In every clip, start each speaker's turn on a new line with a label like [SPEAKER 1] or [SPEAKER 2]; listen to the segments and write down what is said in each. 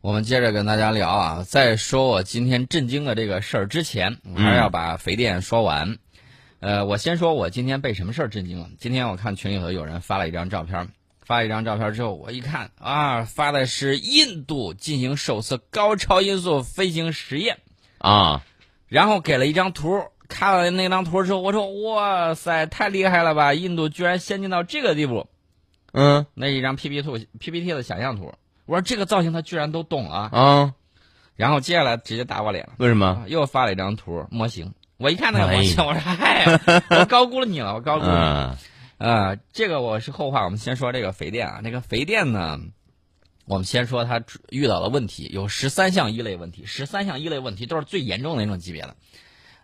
[SPEAKER 1] 我们接着跟大家聊啊，在说我今天震惊的这个事儿之前，我还是要把肥店说完。呃，我先说我今天被什么事儿震惊了。今天我看群里头有人发了一张照片，发了一张照片之后，我一看啊，发的是印度进行首次高超音速飞行实验，
[SPEAKER 2] 啊，
[SPEAKER 1] 然后给了一张图。看了那张图之后，我说哇塞，太厉害了吧！印度居然先进到这个地步。
[SPEAKER 2] 嗯
[SPEAKER 1] 那是一张 PPT 图 PPT 的想象图，我说这个造型他居然都懂了啊。
[SPEAKER 2] 啊，
[SPEAKER 1] 然后接下来直接打我脸了。
[SPEAKER 2] 为什么？
[SPEAKER 1] 啊又发了一张图模型。我一看那个
[SPEAKER 2] 哎
[SPEAKER 1] 模 型，我说：“ 嗨，我高估了你了，我高估了。
[SPEAKER 2] 嗯”
[SPEAKER 1] 呃，这个我是后话，我们先说这个肥电啊。这个肥电呢，我们先说它遇到的问题有十三项一类问题，十三项一类问题都是最严重的那种级别的。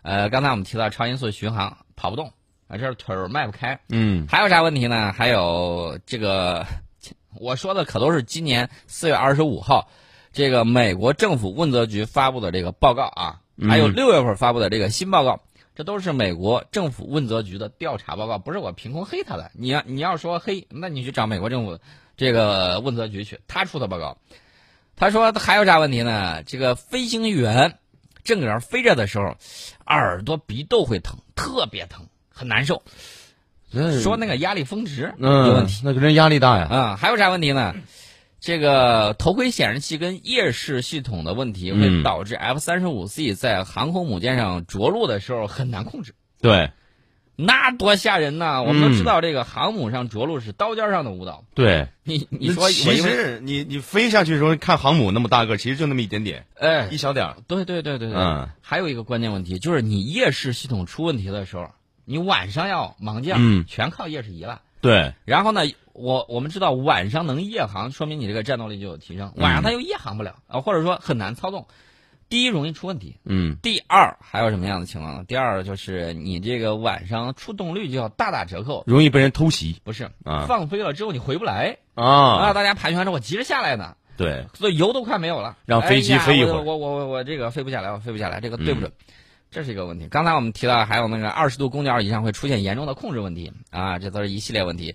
[SPEAKER 1] 呃，刚才我们提到超音速巡航跑不动啊，这是腿儿迈不开，
[SPEAKER 2] 嗯
[SPEAKER 1] 还有啥问题呢？还有这个，我说的可都是今年四月二十五号，这个美国政府问责局发布的这个报告啊，
[SPEAKER 2] 嗯
[SPEAKER 1] 还有六月份发布的这个新报告，这都是美国政府问责局的调查报告，不是我凭空黑他的。你要你要说黑，那你去找美国政府这个问责局去，他出的报告。他说还有啥问题呢？这个飞行员正搁那儿飞着的时候，耳朵、鼻窦会疼，特别疼，很难受。
[SPEAKER 2] 这
[SPEAKER 1] 说那个压力峰值有问
[SPEAKER 2] 嗯
[SPEAKER 1] 题，
[SPEAKER 2] 那可真压力大呀。
[SPEAKER 1] 啊、还有啥问题呢？这个头盔显示器跟夜视系统的问题会
[SPEAKER 2] 嗯
[SPEAKER 1] 导致 F 三十五 C 在航空母舰上着陆的时候很难控制，
[SPEAKER 2] 对
[SPEAKER 1] 那多吓人呐！我们都
[SPEAKER 2] 嗯
[SPEAKER 1] 知道这个航母上着陆是刀尖上的舞蹈，
[SPEAKER 2] 对，
[SPEAKER 1] 你你
[SPEAKER 2] 那
[SPEAKER 1] 说我
[SPEAKER 2] 其
[SPEAKER 1] 因为
[SPEAKER 2] 实你你飞下去的时候看航母那么大个儿，其实就那么一点点，
[SPEAKER 1] 哎，
[SPEAKER 2] 一小点儿。
[SPEAKER 1] 对对对对对，
[SPEAKER 2] 嗯
[SPEAKER 1] 还有一个关键问题就是你夜视系统出问题的时候，你晚上要盲降，
[SPEAKER 2] 嗯
[SPEAKER 1] 全靠夜视仪了。
[SPEAKER 2] 对，
[SPEAKER 1] 然后呢，我我们知道晚上能夜航，说明你这个战斗力就有提升。
[SPEAKER 2] 嗯
[SPEAKER 1] 晚上它又夜航不了啊，或者说很难操纵。第一，容易出问题；
[SPEAKER 2] 嗯
[SPEAKER 1] 第二，还有什么样的情况呢？第二就是你这个晚上出动率就要大打折扣，
[SPEAKER 2] 容易被人偷袭
[SPEAKER 1] 不是
[SPEAKER 2] 嗯啊
[SPEAKER 1] 放飞了之后你回不来
[SPEAKER 2] 啊！
[SPEAKER 1] 大家盘旋着，我急着下来呢，
[SPEAKER 2] 对，
[SPEAKER 1] 所以油都快没有了，
[SPEAKER 2] 让飞机
[SPEAKER 1] 哎呀
[SPEAKER 2] 飞一会儿嗯
[SPEAKER 1] 我我我我我这个飞不下来，我飞不下来，这个对不准。这是一个问题。刚才我们提到还有那个二十度公角以上会出现严重的控制问题啊，这都是一系列问题。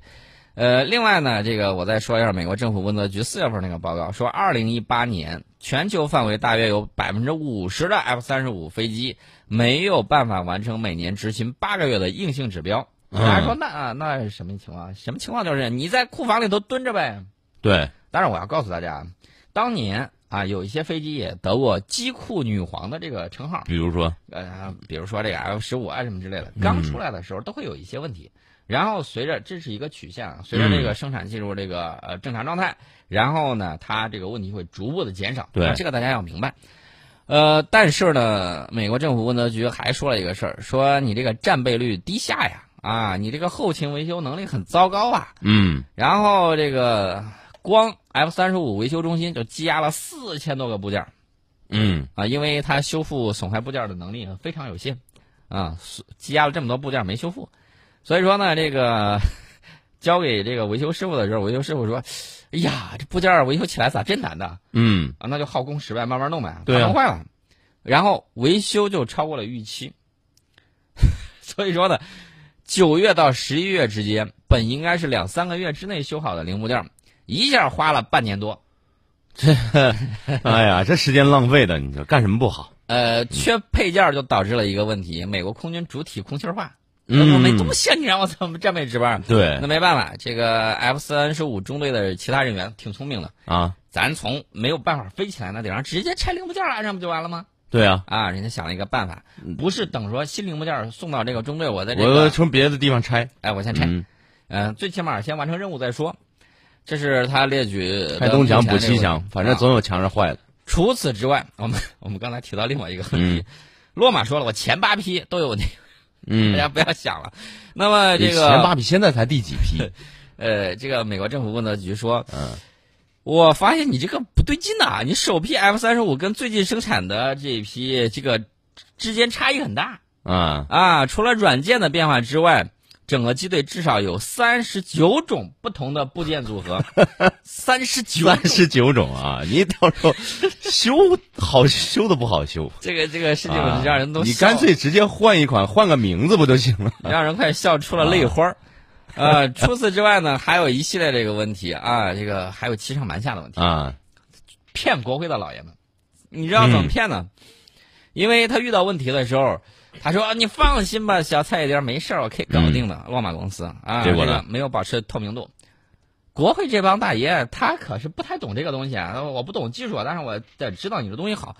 [SPEAKER 1] 呃，另外呢，这个我再说一下美国政府问责局四月份那个报告，说二零一八年全球范围大约有百分之五十的 F 三十五飞机没有办法完成每年执行八个月的硬性指标。
[SPEAKER 2] 嗯
[SPEAKER 1] 大家说那啊那是什么情况？什么情况就是你在库房里头蹲着呗，
[SPEAKER 2] 对，
[SPEAKER 1] 当然，我要告诉大家，啊当年啊，有一些飞机也得过“机库女皇”的这个称号，
[SPEAKER 2] 比如说，
[SPEAKER 1] 呃，比如说这个 F 十五啊什么之类的，刚出来的时候都会有一些问题。然后随着这是一个曲线啊，随着这个生产进入这个呃正常状态，然后呢，它这个问题会逐步的减少。
[SPEAKER 2] 对
[SPEAKER 1] 啊这个大家要明白。呃，但是呢，美国政府问责局还说了一个事儿，说你这个战备率低下呀，啊，你这个后勤维修能力很糟糕啊，
[SPEAKER 2] 嗯
[SPEAKER 1] 然后这个光 F 三十五维修中心就积压了四千多个部件儿
[SPEAKER 2] 嗯
[SPEAKER 1] 啊，因为它修复损坏部件儿的能力非常有限啊，所积压了这么多部件儿没修复，所以说呢，这个 交给这个维修师傅的时候，维修师傅说：“哎呀，这部件儿维修起来咋真难呢？
[SPEAKER 2] 嗯，
[SPEAKER 1] 啊，那就耗工时呗，慢慢弄呗，
[SPEAKER 2] 对啊
[SPEAKER 1] 弄坏了，然后维修就超过了预期， 所以说呢，九月到十一月之间，本应该是两三个月之内修好的零部件儿，一下花了半年多，
[SPEAKER 2] 哎呀，这时间浪费的，你说干什么不好？
[SPEAKER 1] 呃，缺
[SPEAKER 2] 嗯
[SPEAKER 1] 配件儿就导致了一个问题，美国空军主体空气化，那我
[SPEAKER 2] 嗯
[SPEAKER 1] 没，东西啊，你让我怎么站位值班儿？
[SPEAKER 2] 对
[SPEAKER 1] 那没办法，这个 F 三十五中队的其他人员挺聪明的，
[SPEAKER 2] 啊，
[SPEAKER 1] 咱从没有办法飞起来那顶上直接拆零部件儿安上不就完了吗？
[SPEAKER 2] 对啊，
[SPEAKER 1] 啊，人家想了一个办法，不是等说新零部件儿送到这个中队，我在这
[SPEAKER 2] 嗯我
[SPEAKER 1] 个，
[SPEAKER 2] 从别的地方拆，
[SPEAKER 1] 哎，我先拆，嗯、
[SPEAKER 2] 嗯，
[SPEAKER 1] 最起码先完成任务再说。这是他列举的
[SPEAKER 2] 拆东墙
[SPEAKER 1] 目前
[SPEAKER 2] 补
[SPEAKER 1] 这个
[SPEAKER 2] 西
[SPEAKER 1] 问
[SPEAKER 2] 墙
[SPEAKER 1] 题，
[SPEAKER 2] 反正
[SPEAKER 1] 啊
[SPEAKER 2] 总有墙是坏的。
[SPEAKER 1] 除此之外，我们我们刚才提到另外一个问 题，罗马说了，我前八批都有问题，
[SPEAKER 2] 嗯
[SPEAKER 1] 大，家不要想了。那么哎这
[SPEAKER 2] 前
[SPEAKER 1] 个
[SPEAKER 2] 八批现在才第几 批？
[SPEAKER 1] 呃，这个美国政府问责局说，
[SPEAKER 2] 嗯
[SPEAKER 1] 我发现你这个不对劲呐、你首批 F 三十五跟最近生产的这一批这个之间差异很大。
[SPEAKER 2] 啊，
[SPEAKER 1] 啊，除了软件的变化之外，整个机队至少有三十九种不同的部件组 合，三十九
[SPEAKER 2] 三十九种啊！你到时候修好修的不好修，
[SPEAKER 1] 这个这个事情
[SPEAKER 2] 啊
[SPEAKER 1] 让人都
[SPEAKER 2] 你
[SPEAKER 1] 笑
[SPEAKER 2] 干脆直接换一款，换个名字不就行 了？
[SPEAKER 1] 让人快笑
[SPEAKER 2] 啊
[SPEAKER 1] 出了泪花儿。呃，除此之外呢，还有一系列这个问题啊，这个还有欺上瞒下的问题。
[SPEAKER 2] 啊，
[SPEAKER 1] 骗国会的老爷们。你知道怎么骗呢？
[SPEAKER 2] 嗯
[SPEAKER 1] 因为他遇到问题的时候，他说：“啊你放心吧，小菜一碟，没事儿，我可以搞定的。沃尔玛公司啊，
[SPEAKER 2] 嗯结果呢
[SPEAKER 1] 这个没有保持透明度。国会这帮大爷，他可是不太懂这个东西啊。我不懂技术啊，但是我得知道你这东西好。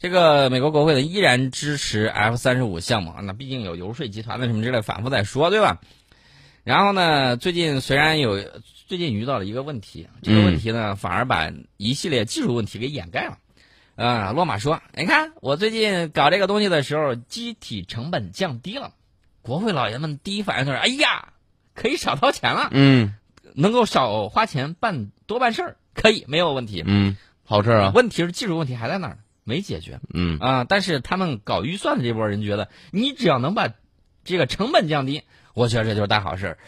[SPEAKER 1] 这个美国国会呢，依然支持 F 三十五项目，啊那毕竟有游说集团的什么之类，反复在说，对吧？然后呢，最近虽然有，最近遇到了一个问题，这个问题呢，反而把一系列技术问题给掩盖了。啊、洛马说：“你看，我最近搞这个东西的时候，机体成本降低了。”国会老爷们第一反应就是：“哎呀，可以少掏钱了，
[SPEAKER 2] 嗯
[SPEAKER 1] 能够少花钱办多办事儿，可以没有问题。
[SPEAKER 2] 嗯，好事儿啊，
[SPEAKER 1] 问题是技术问题还在那儿呢，没解决
[SPEAKER 2] 嗯
[SPEAKER 1] 啊、但是他们搞预算的这波人觉得，你只要能把这个成本降低，我觉得这就是大好事儿。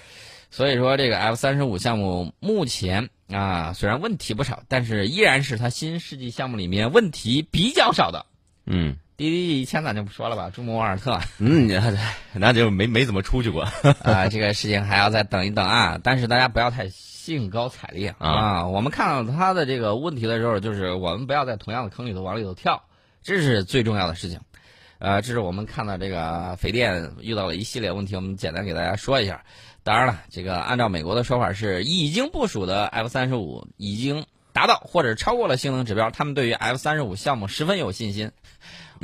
[SPEAKER 1] 所以说，这个 F 三十五项目目前啊，虽然问题不少，但是依然是它新世纪项目里面问题比较少的。
[SPEAKER 2] 嗯
[SPEAKER 1] 滴滴以前咱就不说了吧，朱姆沃尔特啊、
[SPEAKER 2] 嗯，你看那就没没怎么出去
[SPEAKER 1] 哎
[SPEAKER 2] 过，
[SPEAKER 1] 这个事情还要再等一等啊。但是大家不要太兴高采烈啊
[SPEAKER 2] 啊
[SPEAKER 1] 我们看到他的这个问题的时候，就是我们不要在同样的坑里头往里头跳，这是最重要的事情。呃，这是我们看到这个肥电遇到了一系列问题，我们简单给大家说一下。当然了，这个按照美国的说法是，已经部署的 F 三十五已经达到或者超过了性能指标，他们对于 F 三十五项目十分有信心。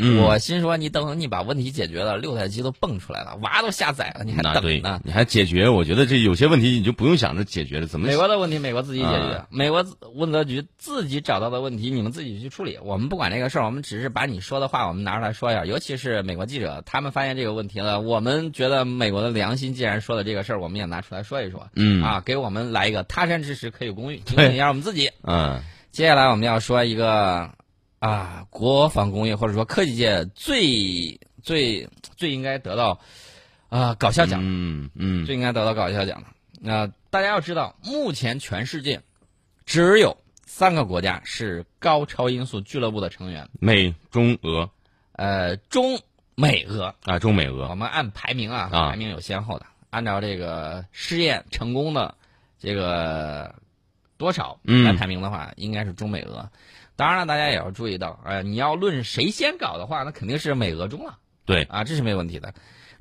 [SPEAKER 2] 嗯
[SPEAKER 1] 我心说，你等你把问题解决了，六台机都蹦出来了，娃都下载了，你还
[SPEAKER 2] 那对
[SPEAKER 1] 等呢？，
[SPEAKER 2] 你还解决？我觉得这有些问题你就不用想着解决了，怎么
[SPEAKER 1] 美国的问题，美国自己解决，
[SPEAKER 2] 啊
[SPEAKER 1] 美国自问责局自己找到的问题，你们自己去处理。我们不管这个事儿，我们只是把你说的话，我们拿出来说一下。尤其是美国记者，他们发现这个问题了，我们觉得美国的良心既然说了这个事儿，我们也拿出来说一说。
[SPEAKER 2] 嗯
[SPEAKER 1] 啊，给我们来一个他山之石可有攻玉，提醒一下我们自己。
[SPEAKER 2] 嗯
[SPEAKER 1] 接下来我们要说一个啊，国防工业或者说科技界最最最应该得到啊搞笑奖，
[SPEAKER 2] 嗯嗯
[SPEAKER 1] 最应该得到搞笑奖的。那、大家要知道，目前全世界只有三个国家是高超音速俱乐部的成员，
[SPEAKER 2] 美中俄
[SPEAKER 1] 呃，中美俄。
[SPEAKER 2] 啊，中美
[SPEAKER 1] 我
[SPEAKER 2] 俄，
[SPEAKER 1] 们按排名啊，
[SPEAKER 2] 啊
[SPEAKER 1] 排名有先后的，按照这个试验成功的这个多少
[SPEAKER 2] 嗯
[SPEAKER 1] 来排名的话，应该是中美俄。当然了，大家也要注意到，呃，你要论谁先搞的话，那肯定是美俄中了
[SPEAKER 2] 对，
[SPEAKER 1] 啊，这是没问题的。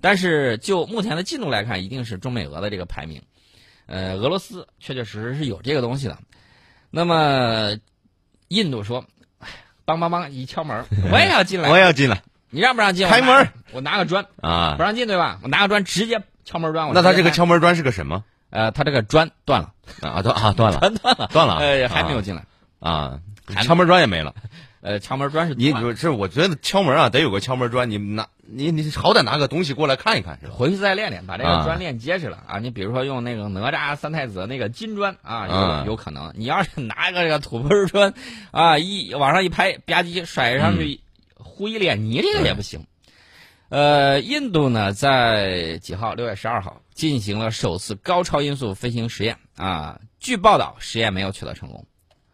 [SPEAKER 1] 但是就目前的进度来看，一定是中美俄的这个排名。呃，俄罗斯确确实实是有这个东西的。那么，印度说，哎梆梆梆一敲 门，我也要进
[SPEAKER 2] 我
[SPEAKER 1] 来，
[SPEAKER 2] 也要进来
[SPEAKER 1] 你让不让进？我
[SPEAKER 2] 开
[SPEAKER 1] 拿
[SPEAKER 2] 门儿，
[SPEAKER 1] 我拿个砖。
[SPEAKER 2] 啊
[SPEAKER 1] 不。让进对吧？我拿个砖直接敲门砖，我
[SPEAKER 2] 那他
[SPEAKER 1] 直接
[SPEAKER 2] 这个
[SPEAKER 1] 开
[SPEAKER 2] 敲门砖是个什么
[SPEAKER 1] 呃，他这个砖断了，
[SPEAKER 2] 啊？断啊断了， 断了，断了啊，
[SPEAKER 1] 呃，还没有进来，
[SPEAKER 2] 啊
[SPEAKER 1] 还没。
[SPEAKER 2] 敲门砖也没了，
[SPEAKER 1] 呃，敲门砖是
[SPEAKER 2] 你
[SPEAKER 1] 断了
[SPEAKER 2] 不是？我觉得敲门啊，得有个敲门砖，你拿你你好歹拿个东西过来看一看是吧？
[SPEAKER 1] 回去再练练，把这个
[SPEAKER 2] 啊
[SPEAKER 1] 砖练结实了啊！你比如说用那个哪吒三太子那个金砖啊，
[SPEAKER 2] 啊
[SPEAKER 1] 有有可能。你要是拿个这个土拨砖啊，一往上一拍，吧唧甩上
[SPEAKER 2] 嗯
[SPEAKER 1] 去，糊一脸泥，这个也不行。呃，印度呢，在几号？六月十二号进行了首次高超音速飞行实验啊。据报道，实验没有取得成功。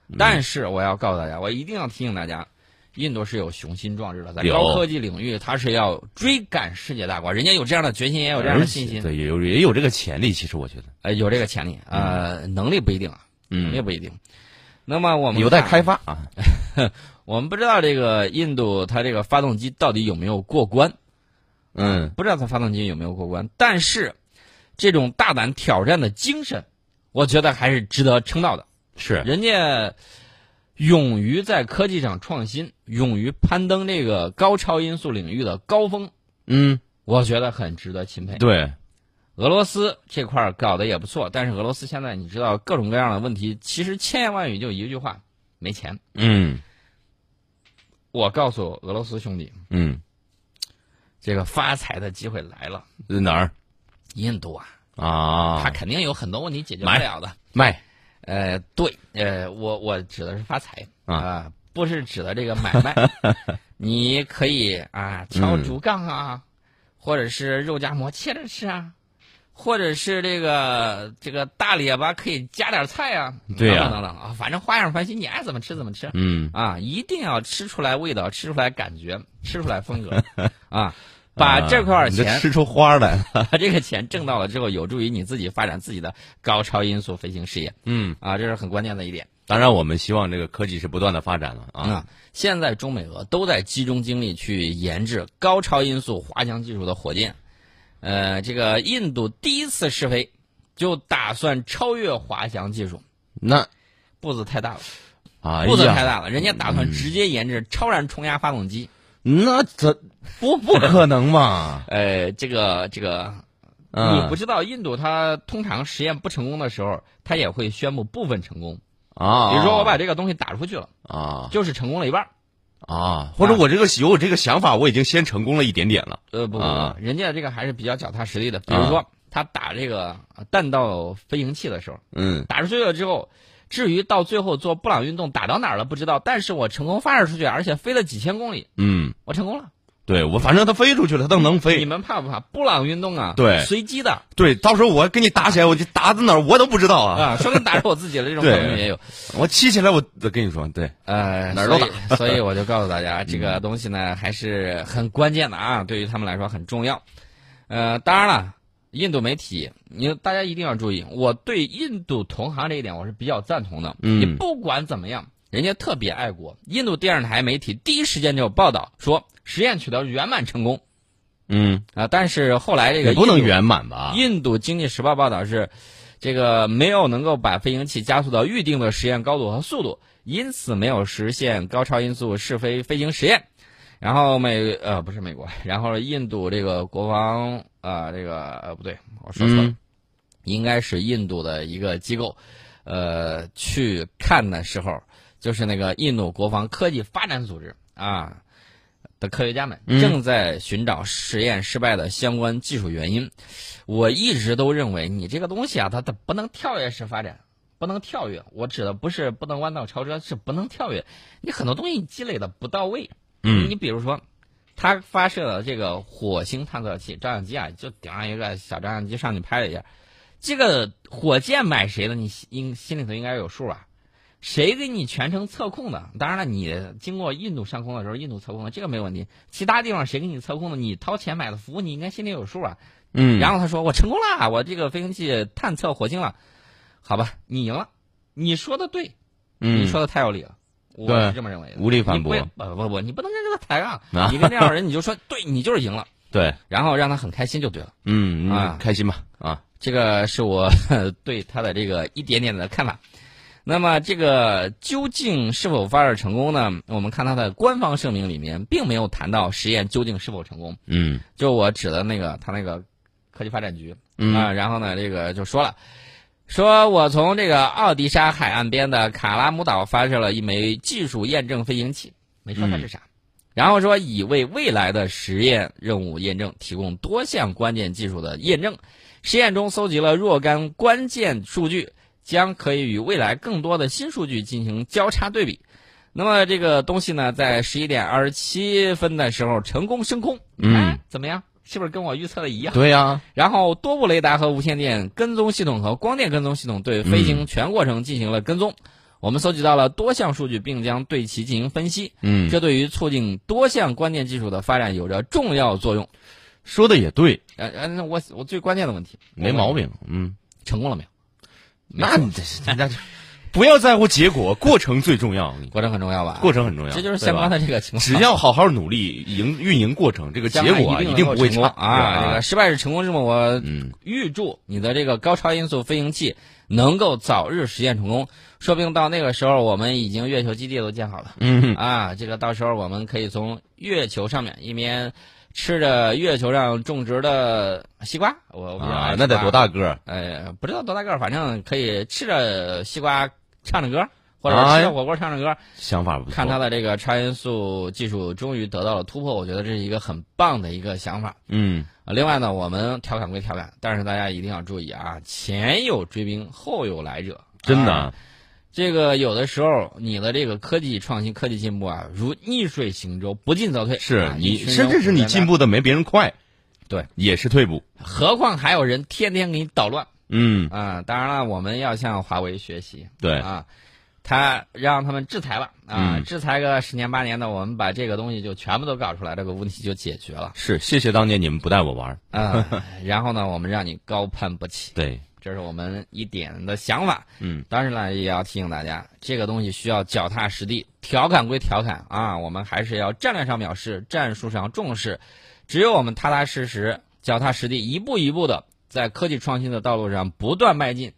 [SPEAKER 2] 嗯
[SPEAKER 1] 但是我要告诉大家，我一定要提醒大家，印度是有雄心壮志的，在
[SPEAKER 2] 有
[SPEAKER 1] 高科技领域，它是要追赶世界大国，人家有这样的决心，也有这样的信心，
[SPEAKER 2] 对，有也有这个潜力。其实我觉得，
[SPEAKER 1] 呃，有这个潜力，呃，能力不一定啊，能力
[SPEAKER 2] 嗯，
[SPEAKER 1] 不一定。那么我们
[SPEAKER 2] 有待
[SPEAKER 1] 看
[SPEAKER 2] 开发啊。
[SPEAKER 1] 我们不知道这个印度它这个发动机到底有没有过关，
[SPEAKER 2] 嗯，
[SPEAKER 1] 不知道它发动机有没有过关，但是这种大胆挑战的精神，我觉得还是值得称道的。
[SPEAKER 2] 是，
[SPEAKER 1] 人家勇于在科技上创新，勇于攀登这个高超音速领域的高峰，
[SPEAKER 2] 嗯，
[SPEAKER 1] 我觉得很值得钦佩。
[SPEAKER 2] 对，
[SPEAKER 1] 俄罗斯这块儿搞得也不错，但是俄罗斯现在你知道各种各样的问题，其实千言万语就一句话：没钱。
[SPEAKER 2] 嗯
[SPEAKER 1] 我告诉俄罗斯兄弟，
[SPEAKER 2] 嗯，
[SPEAKER 1] 这个发财的机会来了。
[SPEAKER 2] 哪儿
[SPEAKER 1] 印度啊，
[SPEAKER 2] 啊
[SPEAKER 1] 他？肯定有很多问题解决不
[SPEAKER 2] 买
[SPEAKER 1] 了的。
[SPEAKER 2] 卖
[SPEAKER 1] 呃，对，呃，我我指的是发财
[SPEAKER 2] 啊
[SPEAKER 1] 不是指的这个买 卖。你可以啊，敲
[SPEAKER 2] 嗯
[SPEAKER 1] 竹杠啊，或者是肉夹馍切着吃啊，或者是这个这个大列巴可以加点菜啊，
[SPEAKER 2] 对呀
[SPEAKER 1] 等等等等啊，反正花样翻新，你爱怎么吃怎么吃
[SPEAKER 2] 嗯
[SPEAKER 1] 啊，一定要吃出来味道，吃出来感觉，吃出来风格 啊，把这块
[SPEAKER 2] 啊
[SPEAKER 1] 儿
[SPEAKER 2] 你这
[SPEAKER 1] 钱
[SPEAKER 2] 吃出花来了。
[SPEAKER 1] 把这个钱挣到了之后，有助于你自己发展自己的高超音速飞行事业
[SPEAKER 2] 嗯
[SPEAKER 1] 啊，这是很关键的一点。
[SPEAKER 2] 当然，我们希望这个科技是不断的发展了啊。
[SPEAKER 1] 啊，现在中美俄都在集中精力去研制高超音速滑翔技术的火箭。呃，这个印度第一次试飞就打算超越滑翔技术，
[SPEAKER 2] 那
[SPEAKER 1] 步子太大了，
[SPEAKER 2] 哎
[SPEAKER 1] 步子太
[SPEAKER 2] 呀，嗯
[SPEAKER 1] 大了。人家打算直接研制超燃冲压发动机。
[SPEAKER 2] 那这不不可能嘛？
[SPEAKER 1] 呃，这个这个，你
[SPEAKER 2] 嗯
[SPEAKER 1] 不知道，印度它通常实验不成功的时候，它也会宣布部分成功。
[SPEAKER 2] 啊，
[SPEAKER 1] 比如说，我把这个东西打出去了，
[SPEAKER 2] 啊
[SPEAKER 1] 就是成功了一半儿。
[SPEAKER 2] 啊，或者我这个有我这个想法，我已经先成功了一点点了。
[SPEAKER 1] 呃，不不
[SPEAKER 2] 啊
[SPEAKER 1] 不，人家这个还是比较脚踏实地的。比如说，他打这个呃弹道飞行器的时候，
[SPEAKER 2] 嗯
[SPEAKER 1] 打出去了之后，至于到最后做布朗运动打到哪儿了不知道，但是我成功发射出去，而且飞了几千公里，
[SPEAKER 2] 嗯，
[SPEAKER 1] 我成功了。
[SPEAKER 2] 对我反正它飞出去了，它都能
[SPEAKER 1] 你
[SPEAKER 2] 飞。
[SPEAKER 1] 们怕不怕布朗运动啊？
[SPEAKER 2] 对
[SPEAKER 1] 随机的
[SPEAKER 2] 对，到时候我跟你打起来，我就打在哪儿我都不知道啊。
[SPEAKER 1] 啊，说不定打着我自己了，这种可
[SPEAKER 2] 对
[SPEAKER 1] 能也有。
[SPEAKER 2] 我气起来，我我跟你说，对，
[SPEAKER 1] 呃，
[SPEAKER 2] 哪儿都
[SPEAKER 1] 所以所以我就告诉大家，这个东西呢还是很关键的啊，对于他们来说很重要。呃，当然了，印度媒体，你大家一定要注意，我对印度同行这一点我是比较赞同的。
[SPEAKER 2] 嗯
[SPEAKER 1] 你不管怎么样，人家特别爱国。印度电视台媒体第一时间就有报道说实验取得圆满成功
[SPEAKER 2] 嗯，
[SPEAKER 1] 啊、但是后来这个
[SPEAKER 2] 也不能
[SPEAKER 1] 印度
[SPEAKER 2] 圆满吧？
[SPEAKER 1] 印度经济时报报道是，这个没有能够把飞行器加速到预定的实验高度和速度，因此没有实现高超音速试飞飞行实验。然后美呃不是美国，然后印度这个国防啊、呃、这个呃不对，我说错了，
[SPEAKER 2] 嗯
[SPEAKER 1] 应该是印度的一个机构，呃去看的时候，就是那个印度国防科技发展组织啊的科学家们
[SPEAKER 2] 嗯
[SPEAKER 1] 正在寻找实验失败的相关技术原因。我一直都认为你这个东西啊，它它不能跳跃式发展，不能跳跃。我指的不是不能弯道超车，是不能跳跃。你很多东西积累的不到位。
[SPEAKER 2] 嗯
[SPEAKER 1] 你比如说，他发射了这个火星探测器照相机啊，就顶上一个小照相机上去拍了一下。这个火箭买谁的，你心应心里头应该有数吧？谁给你全程测控的？当然了，你经过印度上空的时候，印度测控的这个没问题。其他地方谁给你测控的？你掏钱买的服务，你应该心里有数啊。
[SPEAKER 2] 嗯，
[SPEAKER 1] 然后他说我成功啦，我这个飞行器探测火星了，好吧，你赢了，你说的对，你
[SPEAKER 2] 嗯
[SPEAKER 1] 说的太有理了，我
[SPEAKER 2] 对
[SPEAKER 1] 是这么认为的。
[SPEAKER 2] 无力反驳
[SPEAKER 1] 你，不不不不，你不能跟他抬杠
[SPEAKER 2] 啊，
[SPEAKER 1] 你跟那样的人你就说，对你就是赢了，
[SPEAKER 2] 对，
[SPEAKER 1] 然后让他很开心就对了。
[SPEAKER 2] 嗯，
[SPEAKER 1] 啊
[SPEAKER 2] 嗯开心吧啊，
[SPEAKER 1] 这个是我 对他的这个一点点的看法。那么这个究竟是否发射成功呢？我们看他的官方声明里面并没有谈到实验究竟是否成功，
[SPEAKER 2] 嗯
[SPEAKER 1] 就我指的那个他那个科技发展局
[SPEAKER 2] 嗯
[SPEAKER 1] 啊，然后呢，这个就说了，说我从这个奥迪沙海岸边的卡拉姆岛发射了一枚技术验证飞行器，没说它
[SPEAKER 2] 嗯
[SPEAKER 1] 是啥，然后说已为未来的实验任务验证提供多项关键技术的验证，实验中搜集了若干关键数据，将可以与未来更多的新数据进行交叉对比。那么这个东西呢，在十一点二十七分的时候成功升空，
[SPEAKER 2] 嗯
[SPEAKER 1] 哎，怎么样？是不是跟我预测的一样？
[SPEAKER 2] 对啊呀，
[SPEAKER 1] 然后多部雷达和无线电跟踪系统和光电跟踪系统对飞
[SPEAKER 2] 嗯
[SPEAKER 1] 行全过程进行了跟踪。我们搜集到了多项数据，并将对其进行分析，
[SPEAKER 2] 嗯，
[SPEAKER 1] 这对于促进多项关键技术的发展有着重要作用。
[SPEAKER 2] 说的也对，
[SPEAKER 1] 呃呃，那我我最关键的问题，
[SPEAKER 2] 没
[SPEAKER 1] 我问
[SPEAKER 2] 毛
[SPEAKER 1] 你，
[SPEAKER 2] 病，嗯，
[SPEAKER 1] 成功了没有？
[SPEAKER 2] 那你这那就不要在乎结果，过程最重要，
[SPEAKER 1] 过程很重要吧？
[SPEAKER 2] 过程很啊重要，
[SPEAKER 1] 啊这就是
[SPEAKER 2] 对
[SPEAKER 1] 相
[SPEAKER 2] 吧
[SPEAKER 1] 关的这个情况。
[SPEAKER 2] 只要好好努力，营运营过程，这个结果啊
[SPEAKER 1] 一
[SPEAKER 2] 定
[SPEAKER 1] 能
[SPEAKER 2] 不
[SPEAKER 1] 够
[SPEAKER 2] 会
[SPEAKER 1] 成功
[SPEAKER 2] 差
[SPEAKER 1] 啊！这个，失败是成功之母，我
[SPEAKER 2] 嗯
[SPEAKER 1] 预祝你的这个高超音速飞行器能够早日实现成功，说不定到那个时候，我们已经月球基地都建好了
[SPEAKER 2] 嗯
[SPEAKER 1] 啊！这个到时候我们可以从月球上面一边吃着月球上种植的西瓜，我我比较爱
[SPEAKER 2] 啊
[SPEAKER 1] 吃，
[SPEAKER 2] 那得
[SPEAKER 1] 瓜？
[SPEAKER 2] 多大个儿？
[SPEAKER 1] 呃，不知道多大个儿，反正可以吃着西瓜唱着歌，或者
[SPEAKER 2] 哎
[SPEAKER 1] 吃着火锅唱着歌，
[SPEAKER 2] 想法不错，
[SPEAKER 1] 看他的这个超音速技术终于得到了突破，我觉得这是一个很棒的一个想法。
[SPEAKER 2] 嗯
[SPEAKER 1] 呃另外呢，我们调侃归调侃，但是大家一定要注意啊，前有追兵，后有来者。
[SPEAKER 2] 真的
[SPEAKER 1] 啊
[SPEAKER 2] 啊，
[SPEAKER 1] 这个有的时候你的这个科技创新、科技进步啊，如逆水行舟，不进则退。
[SPEAKER 2] 是
[SPEAKER 1] 啊
[SPEAKER 2] 你，
[SPEAKER 1] 一群
[SPEAKER 2] 甚至是你进
[SPEAKER 1] 人
[SPEAKER 2] 步的没别人快，
[SPEAKER 1] 对，
[SPEAKER 2] 也是退步，
[SPEAKER 1] 虎贻何况还有人天天给你捣乱
[SPEAKER 2] 嗯，
[SPEAKER 1] 啊！当然了，我们要向华为学习
[SPEAKER 2] 对，
[SPEAKER 1] 啊，他让他们制裁吧啊，
[SPEAKER 2] 嗯
[SPEAKER 1] 制裁个十年八年的，我们把这个东西就全部都搞出来，这个问题就解决了。
[SPEAKER 2] 是谢谢当年你们不带我玩儿，
[SPEAKER 1] 啊，然后呢，我们让你高攀不起，
[SPEAKER 2] 对，
[SPEAKER 1] 这是我们一点的想法。
[SPEAKER 2] 嗯
[SPEAKER 1] 当然了，也要提醒大家，这个东西需要脚踏实地。调侃归调侃啊，我们还是要战略上表示，战术上重视。只有我们踏踏实实、脚踏实地，一步一步的在科技创新的道路上不断迈进，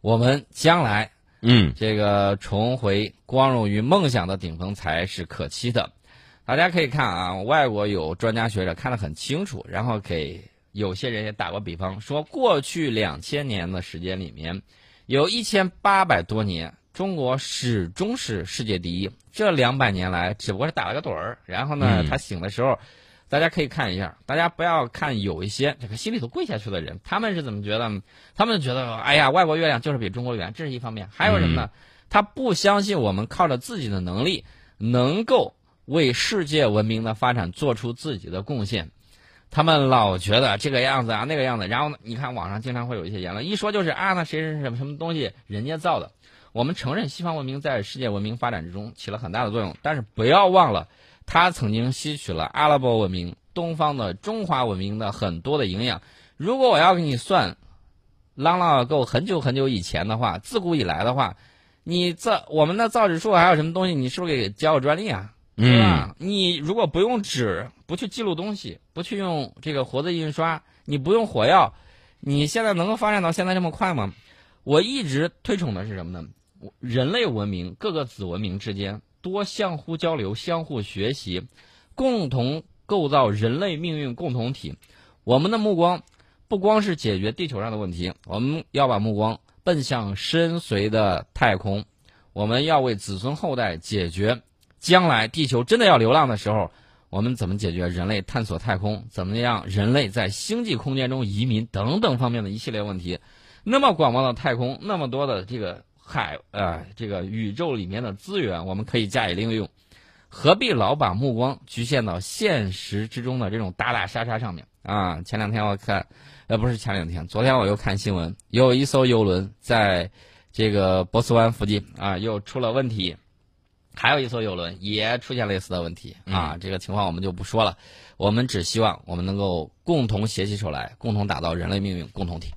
[SPEAKER 1] 我们将来
[SPEAKER 2] 嗯，
[SPEAKER 1] 这个重回光荣与梦想的顶峰才是可期的。大家可以看啊，外国有专家学者看得很清楚，然后给有些人也打过比方，说过去两千年的时间里面，有一千八百多年，中国始终是世界第一。这两百年来，只不过是打了个盹儿，然后呢
[SPEAKER 2] 嗯，
[SPEAKER 1] 他醒的时候，大家可以看一下，大家不要看有一些这个心里头跪下去的人，他们是怎么觉得？他们觉得，哎呀，外国月亮就是比中国圆，这是一方面。还有什么呢？他不相信我们靠着自己的能力能够为世界文明的发展做出自己的贡献。他们老觉得这个样子啊，那个样子，然后呢，你看网上经常会有一些言论，一说就是啊，那谁是什么什么东西，人家造的。我们承认西方文明在世界文明发展之中起了很大的作用，但是不要忘了，它曾经吸取了阿拉伯文明、东方的中华文明的很多的营养。如果我要给你算，浪浪够很久很久以前的话，自古以来的话，你造我们的造纸术还有什么东西，你是不是给教专利啊？对
[SPEAKER 2] 嗯
[SPEAKER 1] 吧？你如果不用纸，不去记录东西，不去用这个活字印刷，你不用火药，你现在能够发展到现在这么快吗？我一直推崇的是什么呢？我人类文明各个子文明之间多相互交流、相互学习，共同构造人类命运共同体。我们的目光不光是解决地球上的问题，我们要把目光奔向深邃的太空。我们要为子孙后代解决将来地球真的要流浪的时候，我们怎么解决人类探索太空，怎么样人类在星际空间中移民等等方面的一系列问题。那么广袤的太空，那么多的这个海呃这个宇宙里面的资源，我们可以加以利用，何必老把目光局限到现实之中的这种打打杀杀上面啊？前两天我看，呃不是前两天，昨天我又看新闻，有一艘游轮在这个波斯湾附近啊又出了问题。还有一艘游轮也出现类似的问题啊，这个情况我们就不说了，我们只希望我们能够共同携起手来，共同打造人类命运共同体。